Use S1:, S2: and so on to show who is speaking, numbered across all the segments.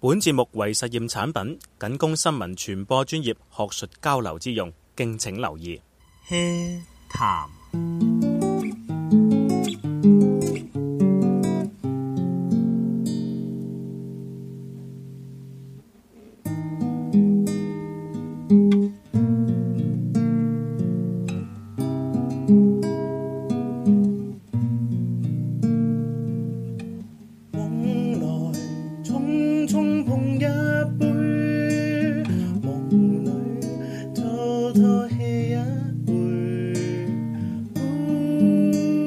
S1: 本節目為實驗產品，僅供新聞傳播專業學術交流之用，敬請留意。
S2: hea 談
S3: 夢來匆匆碰一杯，夢裏偷偷 hea 一杯。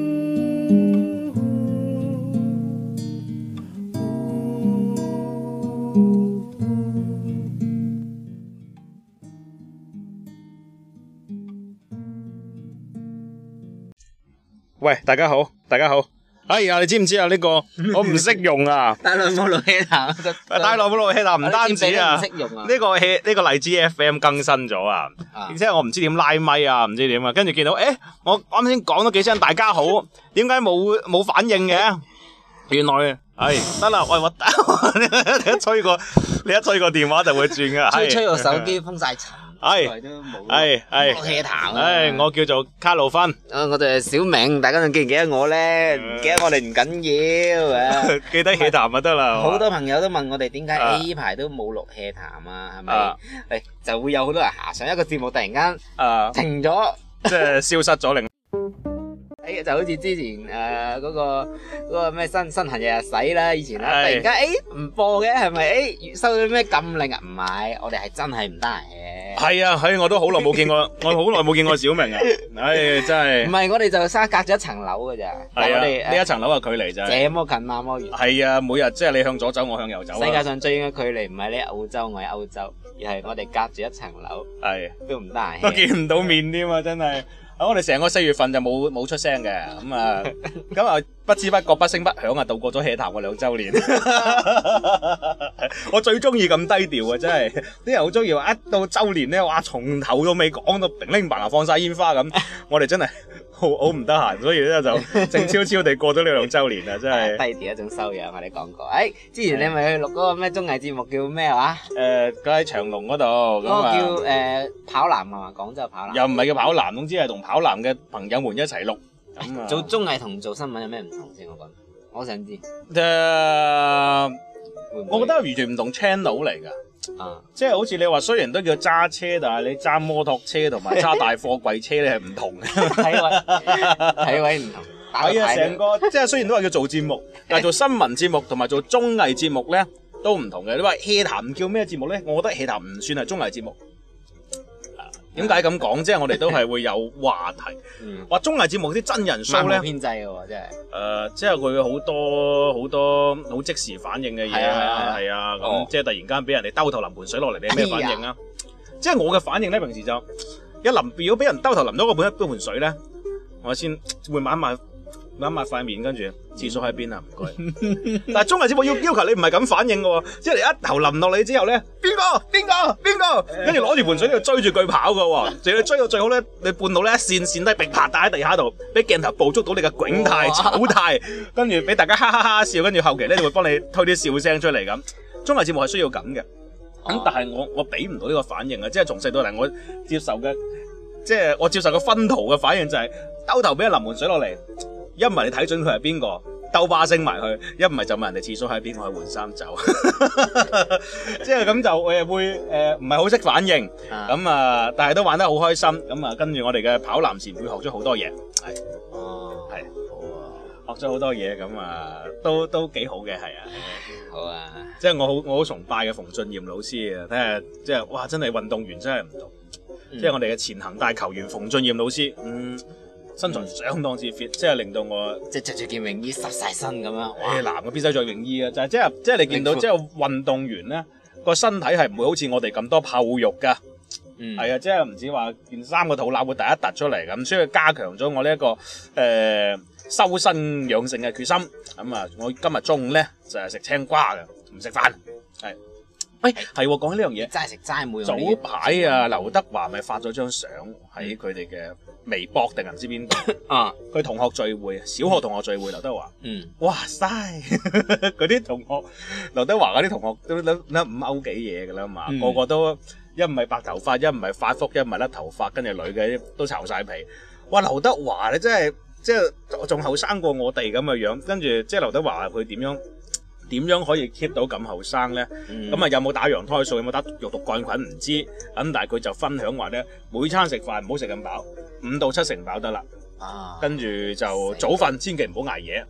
S1: 喂，大家好，大家好。哎呀，你知唔知啊？呢、 個我唔識用啊。
S2: 大量冇路 hea 談，
S1: 大內老氣啦，唔單止啊，
S2: 我
S1: 呢
S2: 哋節目都唔識用啊
S1: 個氣呢個荔枝 FM 更新咗啊，
S2: 啊
S1: 而且我唔知點拉咪啊，唔知點啊，跟住見到誒，我啱先講咗幾聲大家好， 點解冇冇反應嘅？原來係得啦，喂 我你一吹個你一吹個電話就會轉噶，
S2: 吹
S1: 係
S2: 吹個手機封晒塵，
S1: 係
S2: 耐都冇
S1: 係係
S2: 冇路 hea 談啊
S1: 誒，哎我叫做卡路 芬，
S2: 啊我哋係小明，大家仲記唔記得我咧？唔記得我哋唔緊 要啊！
S1: 記得起談就得啦，
S2: 好 多朋友都問我哋點解
S1: 啊
S2: 呢排都冇錄 hea 談啊？係咪
S1: 啊？
S2: 誒就會有好多人下上一個節目突然間
S1: 啊，
S2: 停咗，
S1: 即係消失咗另
S2: 誒就好似之前誒嗰個嗰個咩新新行日日洗啦，以前啦，突
S1: 係
S2: 然間誒唔播嘅係咪？誒收咗咩禁令啊？唔係，我哋係真係唔得閒嘅。
S1: 係啊，係我都好耐冇見過，我好耐冇見過小明 啊，唉真係
S2: 唔。係，我哋就相隔咗一層樓㗎咋，但
S1: 系
S2: 係
S1: 啊，
S2: 我哋
S1: 呢一層樓嘅距離就係
S2: 這麼近那麼遠。
S1: 係啊，每日即係你向左走，我向右走啊。
S2: 世界上最遠嘅距離唔係你喺澳洲，我喺歐洲，而係我哋隔住一層樓
S1: 係
S2: 都唔得 閒
S1: 都
S2: hea。
S1: 見唔到面添啊！真係，啊我哋成個四月份就冇冇出聲嘅，咁啊，咁啊，不知不覺不聲不響啊，度過咗 hea 談嘅兩週年。 我最中意咁低調啊！真係，啲人好中意話一到周年咧，哇，從頭到尾講到零零白啊，放晒煙花咁。我哋真係好好唔得閒，所以咧就靜悄悄地過咗呢兩週年啊！真 係。
S2: 低調一種修養，我哋講過。誒，之前你咪去錄嗰個咩綜藝節目叫咩話？
S1: 誒，佢喺長隆嗰度咁
S2: 嗰個
S1: 啊。
S2: 叫誒跑男係嘛？廣州跑男。
S1: 又唔係叫跑男，總之係同跑男嘅朋友們一齊錄。咁啊，
S2: 做綜藝同做新聞有咩唔同先？我覺得，我想知。
S1: 誒、
S2: 會唔會
S1: 我覺得完全唔同 channel 嚟㗎，
S2: 啊，
S1: 即係好似你話，雖然都叫揸車，但係你揸摩托車同 埋揸大貨櫃車咧係唔同嘅。
S2: 體位體位唔同，打個
S1: 係啊，
S2: 牌
S1: 成
S2: 都
S1: 個即係雖然都話叫做節 目，但係做新聞節目同埋做綜藝節目咧都唔同嘅。你話 hea 談叫咩節目咧？我覺得 hea 談唔算係綜藝節目。啊點解咁講？即係我哋都係會有話題。
S2: 嗯，
S1: 話綜藝節目啲真人 show
S2: 漫無
S1: 咧。
S2: 編制嘅喎，真係。
S1: 誒、即係佢好多好多好即時反應嘅嘢
S2: 係啊
S1: 啊，係啊，咁、
S2: 哦
S1: 即係突然間俾人哋兜頭淋盆水落嚟，你有咩反應啊？即係我嘅反應咧，平時就一淋，如果俾人兜頭淋咗個盆一盆水咧，我先會抹一抹抹一抹塊面，跟住廁所喺邊啊？唔該。但係綜藝節目要要求你唔係咁反應嘅喎，即係你一頭淋落你之後咧，邊個邊個邊個，跟住攞住盆水喺度追住佢跑嘅喎，仲要追到最好咧，你半路咧一跣跣低，並拍打喺地下度，俾鏡頭捕捉到你嘅窘態、
S2: 哇
S1: 醜態，跟住俾大家哈哈哈笑，跟住後期咧就會幫你推啲笑聲出嚟咁。綜藝節目係需要咁嘅，
S2: 哦
S1: 咁但係我我俾唔到呢個反應啊，即係從細到嚟我接受嘅，即係我接受嘅分圖嘅反應就係、兜頭俾人淋盆水落嚟，一唔係你睇準佢係邊個，兜巴星埋佢；一唔係就問人哋廁所喺邊，我去換衫走。 即係咁就誒會誒唔係好識反應，
S2: 咁
S1: 咁啊，但係都玩得好開心，咁啊跟住我哋嘅跑男前輩學咗好多嘢，
S2: 哦，
S1: 係
S2: 好
S1: 學咗好多嘢，咁啊都都幾好嘅，係啊。
S2: 啊，好啊，
S1: 即係我好我好崇拜嘅馮俊彥老師啊！睇下即係哇，真係運動員真係唔同，
S2: 嗯
S1: 即係我哋嘅前恒大球員馮俊彥老師，嗯，身材相當之 fit，即係令到我
S2: 即係着住件泳衣濕晒身咁樣，哇
S1: 誒！男嘅必須着泳衣啊！就係即係即係你見到
S2: 明
S1: 即係運動員咧個身體係唔會好似我哋咁多泡肉㗎。
S2: 嗯，
S1: 係啊，即係唔止話件衫個肚腩會第一突出嚟咁，所以加強咗我呢、一個誒、呃修身養性嘅決心。咁、啊，我今日中午咧就係、食青瓜嘅，唔食飯。係，喂，係喎，講起呢樣嘢，
S2: 齋食齋冇用呢啲。
S1: 早排啊，劉德華咪發咗張相喺佢哋嘅微博定唔知邊度，
S2: 啊，
S1: 佢同學聚會，小學同學聚會，劉德華。
S2: 嗯，
S1: 哇塞！ 嗰啲同學，劉德華嗰啲同學都甩甩五歐幾嘢㗎啦嘛，
S2: 嗯
S1: 個個都一唔係白頭髮，一唔係發福，一唔係甩頭髮，跟住女嘅都巢晒皮。哇！劉德華你真係即係仲後生過我哋咁嘅樣，跟住即係劉德華佢點樣點樣可以 keep 到咁後生咧？咁
S2: 咁啊，
S1: 啊有冇打羊胎素，有冇打肉毒桿菌唔知，咁但係佢就分享話咧，每餐食飯唔好食咁飽，五到七成飽得啦，
S2: 啊，
S1: 跟住就早瞓，千祈唔好捱夜。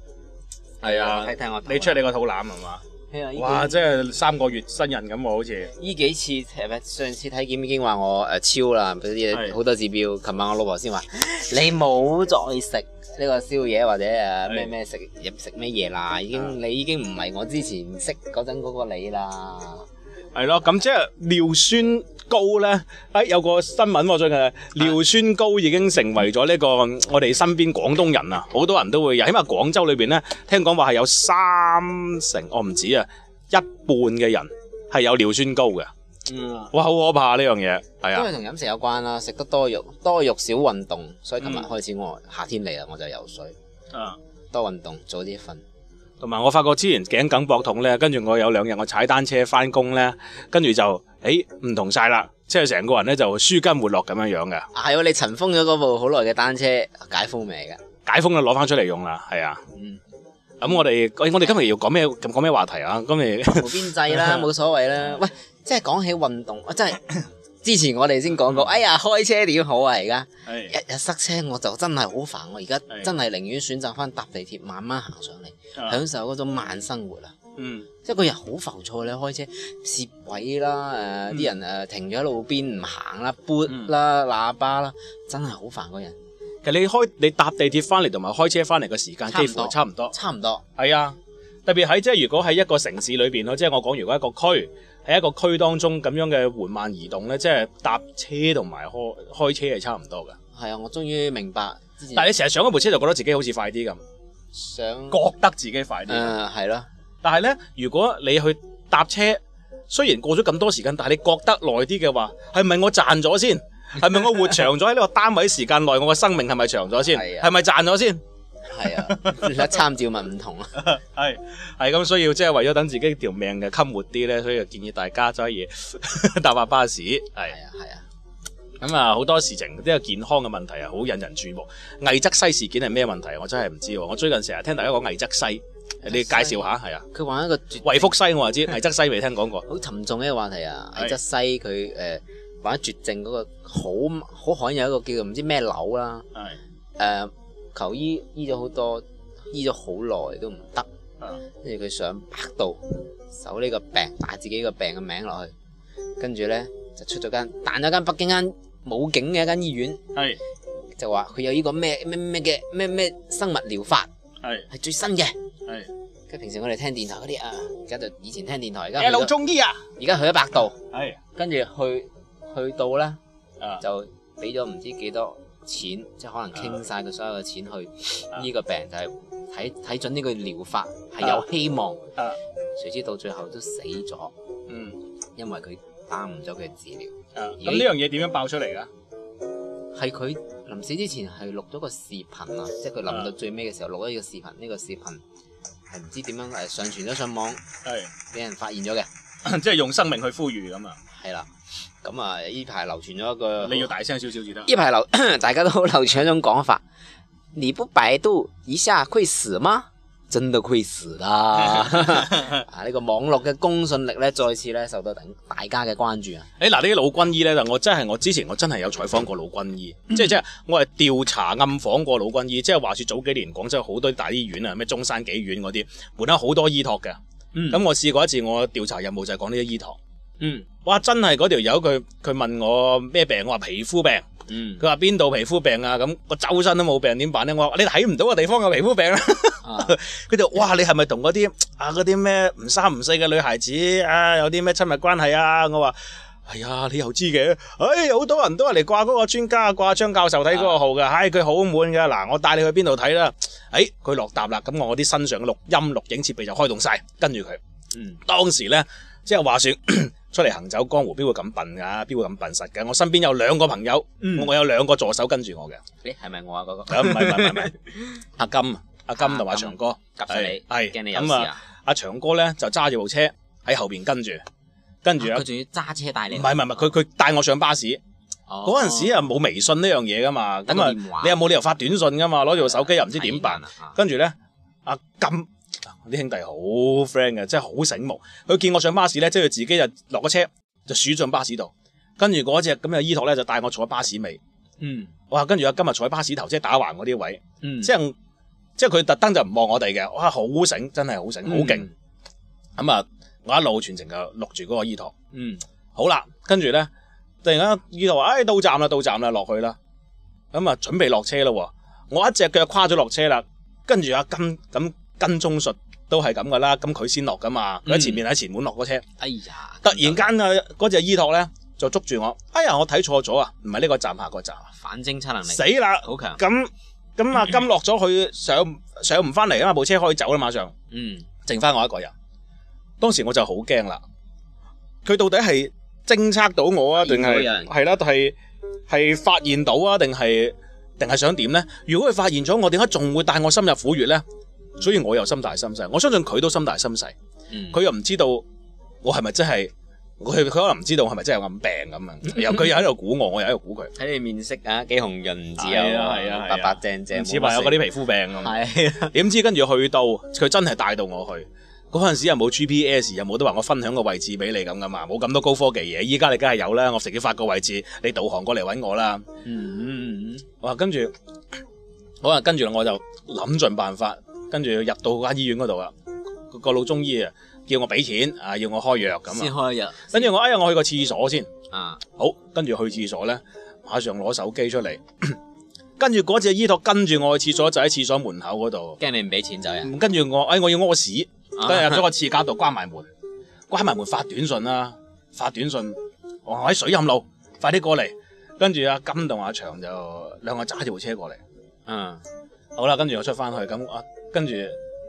S1: 係啊，
S2: 睇睇我頭
S1: 你 check 你個肚腩係嘛？
S2: 係啊呢幾
S1: 哇！即係三個月新人咁喎，好似
S2: 呢幾次誒咪上次體檢已經話我誒超啦，嗰啲
S1: 係
S2: 嘢好多指標。琴晚我老婆先話 你冇再食呢個宵夜或者誒咩
S1: 係啊
S2: 咩食飲食咩嘢啦，已經你已經唔係我之前識嗰陣嗰個你啦。
S1: 係咯。咁即係尿酸高咧，誒有個新聞喎最近，尿酸高已經成為咗呢個嗯我哋身邊廣東人啊，好多人都會有。起碼廣州裏邊咧，聽講話係有三成，我唔止啊，一半嘅人係有尿酸高嘅。
S2: 嗯，
S1: 哇！好可怕呢樣嘢，係
S2: 因
S1: 啊，
S2: 為同飲食有關啦，食得多肉多肉少運動，所以琴日
S1: 嗯
S2: 開始我夏天嚟啦，我就游水
S1: 啊。
S2: 多運動，早啲瞓。
S1: 同埋我發覺之前頸梗膊痛咧，跟住我有兩日我踩單車翻工咧，跟住就誒唔同晒啦，即係成個人咧就舒筋活絡咁樣樣嘅。
S2: 啊係喎，你塵封咗嗰部好耐嘅單車解封未㗎？
S1: 解封啦，攞翻出嚟用啦，係啊。
S2: 嗯，
S1: 咁我哋我我哋今日要講咩講咩話題啊？今日
S2: 冇邊 際啦，冇所謂
S1: 嗯
S2: 啦。喂，即係講起運動，我哦真係之前我哋先講
S1: 嗯
S2: 過，哎呀，開車點好啊！而家
S1: 係
S2: 日日塞車，我就真係好煩。我而家
S1: 係
S2: 真係寧願選擇翻搭地鐵，慢慢行上嚟，享受嗰種慢生活啊！
S1: 啊嗯
S2: 即係個人好浮躁，你開車攝位啦，誒、
S1: 嗯
S2: 啲人誒、停咗喺路邊唔行啦，撥
S1: 嗯
S2: 啦，喇叭啦，真係好煩個人，
S1: 其實你開你搭地鐵翻嚟同埋開車翻嚟嘅時間
S2: 差唔多
S1: 幾乎係差唔多。
S2: 差唔多。
S1: 係啊，特別喺即係如果喺一個城市裏邊咯，即係我講如果一個區喺一個區當中咁樣嘅緩慢移動咧，即係搭車同埋開開車係差唔多㗎。
S2: 係啊，我終於明白之前
S1: 但係你成日上嗰部車就覺得自己好似快啲咁，
S2: 想
S1: 覺得自己快啲。
S2: 誒係啊咯，
S1: 但係咧，如果你去搭車，雖然過咗咁多時間，但係你覺得耐啲嘅話，係咪我賺咗先？係咪我活長咗喺呢個單位時間內，我嘅生命係咪長咗先？
S2: 係啊
S1: 係咪賺咗先？
S2: 係 啊，而家參照物唔同啊。
S1: 係係咁，所以即係為咗等自己條命嘅襟活啲咧，所以就建議大家揸嘢 搭下巴士係。
S2: 係啊，係啊，
S1: 咁啊，好多事情呢個健康嘅問題啊，好引人注目。魏則西事件係咩問題？我真係唔知喎。我最近成日聽大家講魏則西，你介紹下係啊？
S2: 佢玩一個絕
S1: 惠福西我就知，魏則西未聽講過。
S2: 好沉重嘅一個話題啊。
S1: 係
S2: 魏則西佢誒玩絕症嗰個好好罕有一個叫做唔知咩瘤啦，
S1: 係
S2: 誒、呃求醫醫咗好多，醫咗好耐都唔得
S1: 啊，
S2: 跟住佢上百度搜呢個病，打自己個病嘅名落去，跟住咧就出咗間彈咗間北京間武警嘅一間醫院，
S1: 係
S2: 就話佢有呢個咩咩咩嘅咩咩生物療法
S1: 係。
S2: 係最新嘅。
S1: 係
S2: 跟住平時我哋聽電台嗰啲啊，而家就以前聽電台，而家去
S1: ，L
S2: 咗
S1: 中醫啊，
S2: 而家去咗百度，
S1: 係
S2: 跟住去去到啦，
S1: 啊
S2: 就俾咗唔知幾多錢，即係可能傾晒佢所有嘅錢去
S1: 啊
S2: 呢個病，就係睇睇準呢個療法係有希望
S1: 啊。
S2: 誰知到最後都死咗，
S1: 嗯
S2: 因為佢耽誤咗佢嘅治療。
S1: 啊，咁呢樣嘢點樣爆出嚟啊噶？
S2: 係佢臨死之前係錄咗個視頻啊，即係佢臨到最尾嘅時候錄咗呢個視頻，呢個視頻係唔知點樣誒上傳咗上網，
S1: 係
S2: 俾人發現咗嘅。
S1: 即係用生命去呼籲咁啊！
S2: 係啦，咁啊呢排流傳咗一個，
S1: 你要大聲少少至得。
S2: 呢排流 大家都好流傳一種講法，你不百度一下會死嗎？真的會死 啦！啊呢個網絡嘅公信力咧，再次咧受到大家嘅關注啊！
S1: 誒嗱，呢啲老軍醫咧，我真係我之前我真係有採訪過老軍醫，即係即係我係調查暗訪過老軍醫，即係話説早幾年廣州好多大醫院啊，咩中山幾院嗰啲，門口好多醫托嘅。咁、
S2: 嗯
S1: 我試過一次，我調查任務就係講呢啲醫托。
S2: 嗯
S1: 哇！真係嗰條友佢佢問我咩病，我話皮膚病。
S2: 嗯
S1: 佢話邊度皮膚病啊？咁我周身都冇病，點辦咧？我話你睇唔到嘅地方有皮膚病啦。
S2: 啊
S1: 佢就哇，你係咪同嗰啲啊嗰啲咩唔三唔四嘅女孩子啊有啲咩親密關係啊？我話。係啊，你又知嘅？唉、好多人都係嚟掛嗰個專家，掛張教授睇嗰個號
S2: 啊
S1: 㗎。唉、佢好滿㗎。嗱，我帶你去邊度睇啦？唉、佢落搭啦。咁我啲身上嘅錄音錄影設備就開動晒，跟住佢。
S2: 嗯
S1: 當時咧，即係話説 出嚟行走江湖，邊會咁笨㗎？邊會咁笨實㗎？我身邊有兩個朋 友，我有兩個助手跟住我嘅。
S2: 咦，係咪我啊？嗰個
S1: 啊唔係唔係唔係，阿金阿金同埋阿
S2: 啊
S1: 長哥
S2: 夾實你，
S1: 係係
S2: 驚你有
S1: 咁
S2: 事
S1: 啊
S2: 啊！
S1: 阿長哥咧就揸住部車喺後邊跟住，跟住啊
S2: 佢仲要揸車帶你
S1: 唔
S2: 去，
S1: 係唔係唔係，佢佢帶我上巴士
S2: 哦
S1: 嗰陣時啊冇微信呢樣嘢噶嘛，
S2: 得
S1: 咁
S2: 個
S1: 啊
S2: 電話
S1: 你又冇理由發短信噶嘛，攞住部手機又唔知點辦，
S2: 係啊
S1: 跟住咧阿金。啲兄弟好 friend 嘅，真係好醒目。佢見我上巴士咧，即係佢自己就落個車就鼠進巴士度，跟住嗰只咁嘅依托咧就帶我坐喺巴士尾。
S2: 嗯
S1: 哇！跟住阿今日坐喺巴士頭，即係打橫嗰啲位，
S2: 嗯，
S1: 即係即係佢特登就唔望我哋嘅，哇！好醒，真係好醒，好勁。咁啊、我一路全程就錄住嗰個依托。
S2: 嗯，
S1: 好啦，跟住咧，突然間依度話：，唉、到站啦，到站啦，落去啦。咁啊，準備落車啦喎。我一隻腳跨咗落車啦，跟住阿金咁跟蹤術都係咁噶啦，咁佢先落噶嘛。佢喺前面喺前門落嗰車，
S2: 哎呀，
S1: 突然間啊，嗰只依托咧就捉住我，哎呀，我睇錯咗啊，唔係呢個站，下個站，啊
S2: 反偵測能力
S1: 死啦！
S2: 好強，
S1: 咁咁啊，金落咗佢上上唔翻嚟啊嘛，部車可以走啦，馬上。
S2: 嗯，
S1: 剩翻我一個人。當時我就好驚啦，佢到底係偵測到我啊，定
S2: 發現到
S1: 係
S2: 有人
S1: 係啦，係係發現到啊，定係定係想點呢？如果佢發現咗我，點解仲會帶我深入虎穴呢？所以我又心大心細，我相信佢都心大心細，
S2: 嗯
S1: 佢又唔知道我係咪真係，佢佢可能唔知道我係咪真係有暗病咁啊， 又佢又喺度估我，我又喺度估佢，
S2: 睇你面色啊，幾紅潤唔知
S1: 係啊係啊係啊
S2: 白白淨淨，
S1: 唔似話有嗰啲皮膚病咁。
S2: 啲係啊
S1: 點知跟住去到，佢真係帶到我去。嗰陣時又冇 GPS，又冇得話我分享個位置俾你咁噶嘛，冇咁多高科技嘢。依家你梗係有啦，我直接發個位置，你導航過嚟揾我啦。
S2: 嗯嗯嗯
S1: 哇，跟住好啊，跟住我就諗盡辦法，跟住入到間醫院嗰度啦。啊個個老中醫啊，叫我俾錢啊，要我開藥
S2: 咁先
S1: 咁啊。
S2: 開日
S1: 跟住我哎呀，我去個廁所先。
S2: 啊，
S1: 好，跟住去廁所咧，馬上攞手機出嚟， 跟住嗰只醫托跟住我去廁所，就喺廁所門口嗰度。
S2: 驚你唔俾錢走人，
S1: 跟住我，哎，我要屙屎。
S2: 啊
S1: 跟住入咗個廁格度，關埋門，關埋門發短信啦，發短信，我喺水蔭路，快啲過嚟。跟住阿金同阿長就兩個揸住部車過嚟。
S2: 嗯
S1: 好啦，跟住我出翻去，咁啊，跟住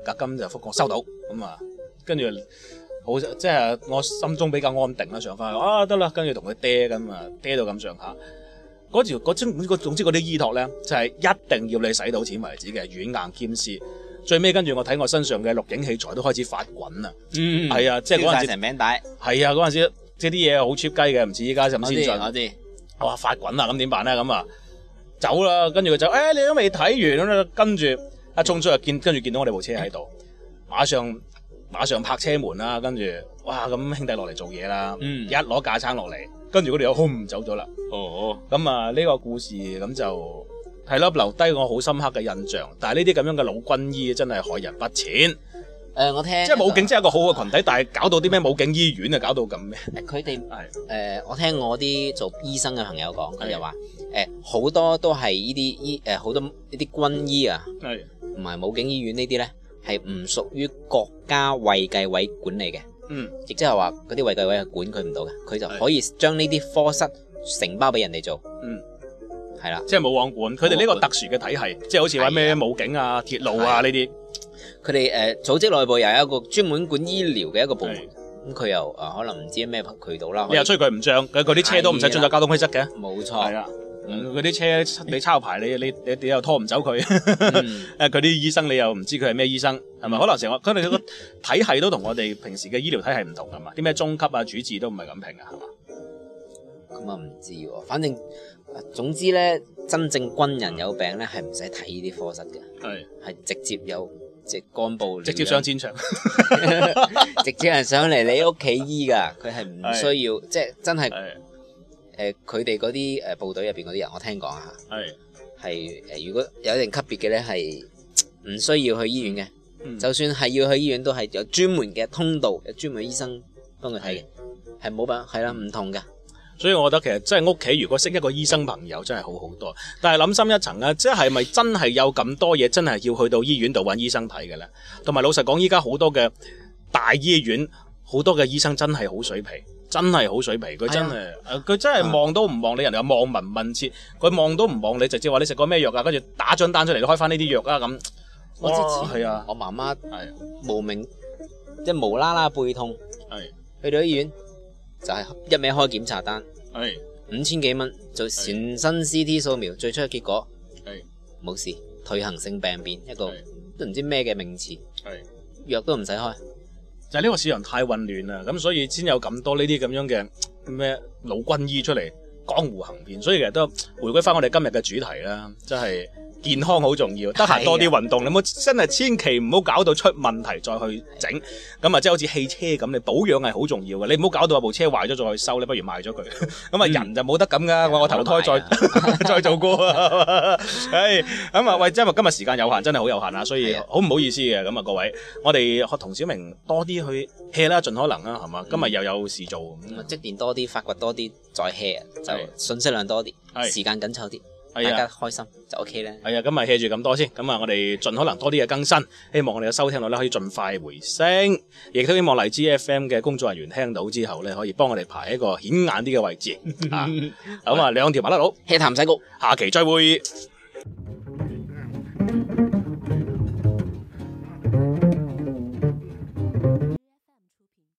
S1: 阿金就覆我收到，咁啊，跟住好即係我心中比較安定啦，上翻去啊得啦，跟住同佢嗲咁啊，嗲到咁上下。嗰條嗰種總之嗰啲醫托咧，就係、一定要你使到錢為止嘅，軟硬兼施。最尾跟住我睇我身上嘅錄影器材都開始發滾啦。
S2: 嗯
S1: 係啊，即係
S2: 燒
S1: 嗰陣
S2: 晒
S1: 時
S2: 成餅帶，
S1: 係啊，嗰陣時即係啲嘢好 cheap 雞嘅，唔似依家咁
S2: 我
S1: 先
S2: 知
S1: 進。
S2: 我知，
S1: 我話發滾啦，咁點辦咧？咁啊走啦，跟住佢就誒、哎你都未睇完咁啦，跟住阿聰叔又見，跟住見到我哋部車喺度，馬上馬上拍車門啦，跟住哇咁兄弟落嚟做嘢啦，
S2: 嗯
S1: 一攞架撐落嚟，跟住嗰條友轟走咗啦。
S2: 哦，
S1: 咁啊呢個故事咁就係咯，留低我好深刻嘅印象。但係呢啲咁樣嘅老軍醫真係害人不淺，
S2: 誒我聽
S1: 即係武警
S2: 即
S1: 真係一個好嘅群體，但係搞到啲咩武警醫院啊，搞到咁咩？
S2: 佢哋。
S1: 係
S2: 誒、我聽我啲做醫生嘅朋友講，佢
S1: 係
S2: 就話誒好多都係呢啲醫誒好多呢啲軍醫啊，
S1: 係。
S2: 唔係武警醫院呢啲呢，係唔屬於國家衛計委管理嘅，
S1: 嗯，
S2: 亦即係話嗰啲衛計委係管佢唔到嘅，佢就可以將呢啲科室承包俾人哋做，
S1: 嗯，
S2: 係啦，
S1: 即係冇網管，佢哋呢個特殊嘅體系，即係好似話咩
S2: 係
S1: 武警啊、鐵路哦啊呢啲，
S2: 佢哋誒組織內部又有一個專門管醫療嘅一個部門
S1: 係，
S2: 咁佢又誒、啊可能唔知咩渠道啦，
S1: 你又吹佢唔漲，佢佢啲車都唔使遵守交通規則嘅，
S2: 冇
S1: 係啊嗯
S2: 錯，
S1: 啦，佢啲車你抄牌，你你你你又拖唔走佢，
S2: 嗯
S1: 誒佢啲醫生你又唔知佢係咩醫生，係咪？可能成個佢哋個體系都同我哋平時嘅醫療體系唔同㗎嘛，啲咩中級啊、主治都唔係咁評㗎，係嘛？
S2: 咁啊唔知喎，反正啊總之咧，真正軍人有病咧係唔使睇呢啲科室嘅，
S1: 係
S2: 係直接有即係幹部
S1: 直接上，戰場，
S2: 直接係上嚟你屋企醫噶，佢係唔
S1: 係
S2: 需要，即係真係
S1: 係
S2: 誒佢哋嗰啲誒部隊入邊嗰啲人，我聽講啊
S1: 係
S2: 係呃誒如果有一定級別嘅咧係唔需要去醫院
S1: 嗯
S2: 嘅，就算係要去醫院都係有專門嘅通道，有專門醫生幫佢睇嘅，係冇辦係啦，
S1: 嗯
S2: 唔同
S1: 哦
S2: 噶，
S1: 所以我覺得其實真係屋企如果識一個醫生朋友真係好好多，但係諗深一層啊，即係咪真係有咁多嘢真係要去到醫院度揾醫生睇嘅咧？同埋老實講，依家好多嘅大醫院好多嘅醫生真係好水皮，真係好水皮，佢真哎係誒佢真係望都唔望你，人哋話望聞問切，佢望都唔望你，直接話你食過咩藥啊，跟住打張單出嚟，你開翻呢啲藥啊咁。
S2: 我之前
S1: 係啊，
S2: 我媽媽
S1: 係
S2: 無名即係無啦啦背痛，
S1: 係
S2: 去到醫院就係一味開檢查單，
S1: 係
S2: 五千幾蚊做全身 CT 掃描，最初嘅結果
S1: 係
S2: 冇事，退行性病變一個
S1: 係
S2: 都唔知咩嘅名詞，
S1: 係。
S2: 藥都唔使開。
S1: 就係呢個市場太混亂啦，咁所以先有咁多呢啲咁樣嘅咩老軍醫出嚟江湖行騙，所以其實都回歸翻我哋今日嘅主題啦，真係健康好重要，得閒多啲運動，你冇真係千祈唔好搞到出問題再去整，咁啊即係好似汽車咁，你保養係好重要嘅，你唔好搞到部車壞咗再去修，你不如賣咗佢，咁啊人就冇得咁噶，我投胎再。
S2: 啊
S1: 再做過啊！唉，咁啊，喂，因為今日時間有限，真係好有限啊，所以
S2: 係啊
S1: 好唔好意思嘅，咁啊，各位，我哋學同小明多啲去 hea 啦，盡可能啦，係
S2: 嗯
S1: 嘛？今日又有事做，
S2: 咁
S1: 咁啊，
S2: 啊積澱多啲，發掘多啲，再 hea
S1: 係
S2: 就信息量多啲，
S1: 係
S2: 時間緊湊啲，大
S1: 係
S2: 家
S1: 啊，
S2: 開心就 OK 啦。
S1: 係啊，今日 hea 住咁多先，咁啊，我哋盡可能多啲嘅更新，希望我哋嘅收聽率咧可以盡快回升，亦都希望荔枝 FM 嘅工作人員聽到之後咧，可以幫我哋排 一個顯眼啲嘅位置啊！咁啊，兩條麻甩佬，
S2: hea 談唔使谷。
S1: 下期再會。